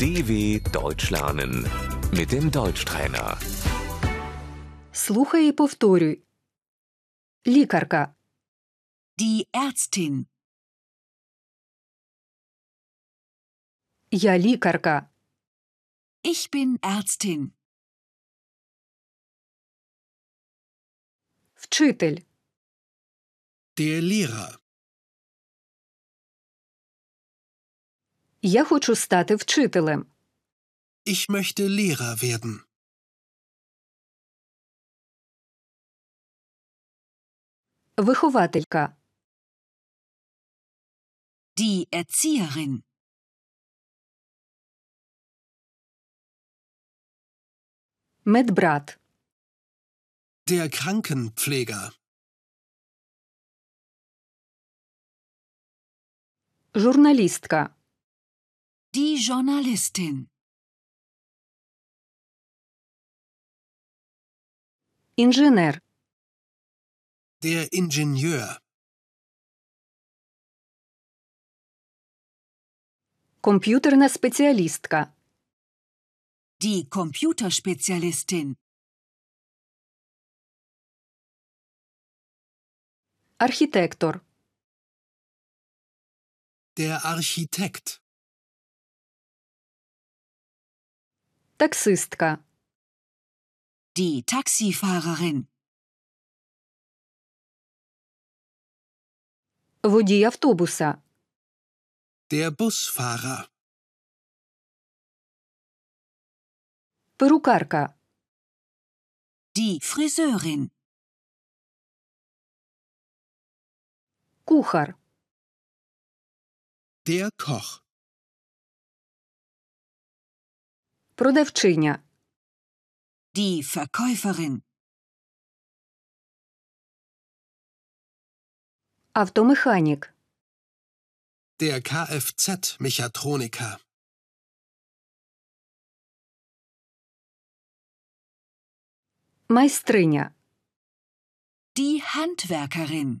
DW Deutsch lernen mit dem Deutschtrainer. Слухай і повторюй. Лікарка, Die Ärztin. я лікарка, Ich bin Ärztin. вчитель, Der Lehrer. я хочу стати вчителем. Ich möchte Lehrer werden. Вихователька, Die Erzieherin. медбрат, Der Krankenpfleger. журналістка, Die Journalistin. інженер, Der Ingenieur. комп'ютерна спеціалістка, Die Computerspezialistin. архітектор, Der Architekt. таксистка, Die Taxifahrerin. водій автобуса, Der Busfahrer. перукарка, Die Friseurin. кухар, Der Koch. продавчиня, Die Verkäuferin. автомеханік, Der Kfz-Mechatroniker. майстриня, Die Handwerkerin.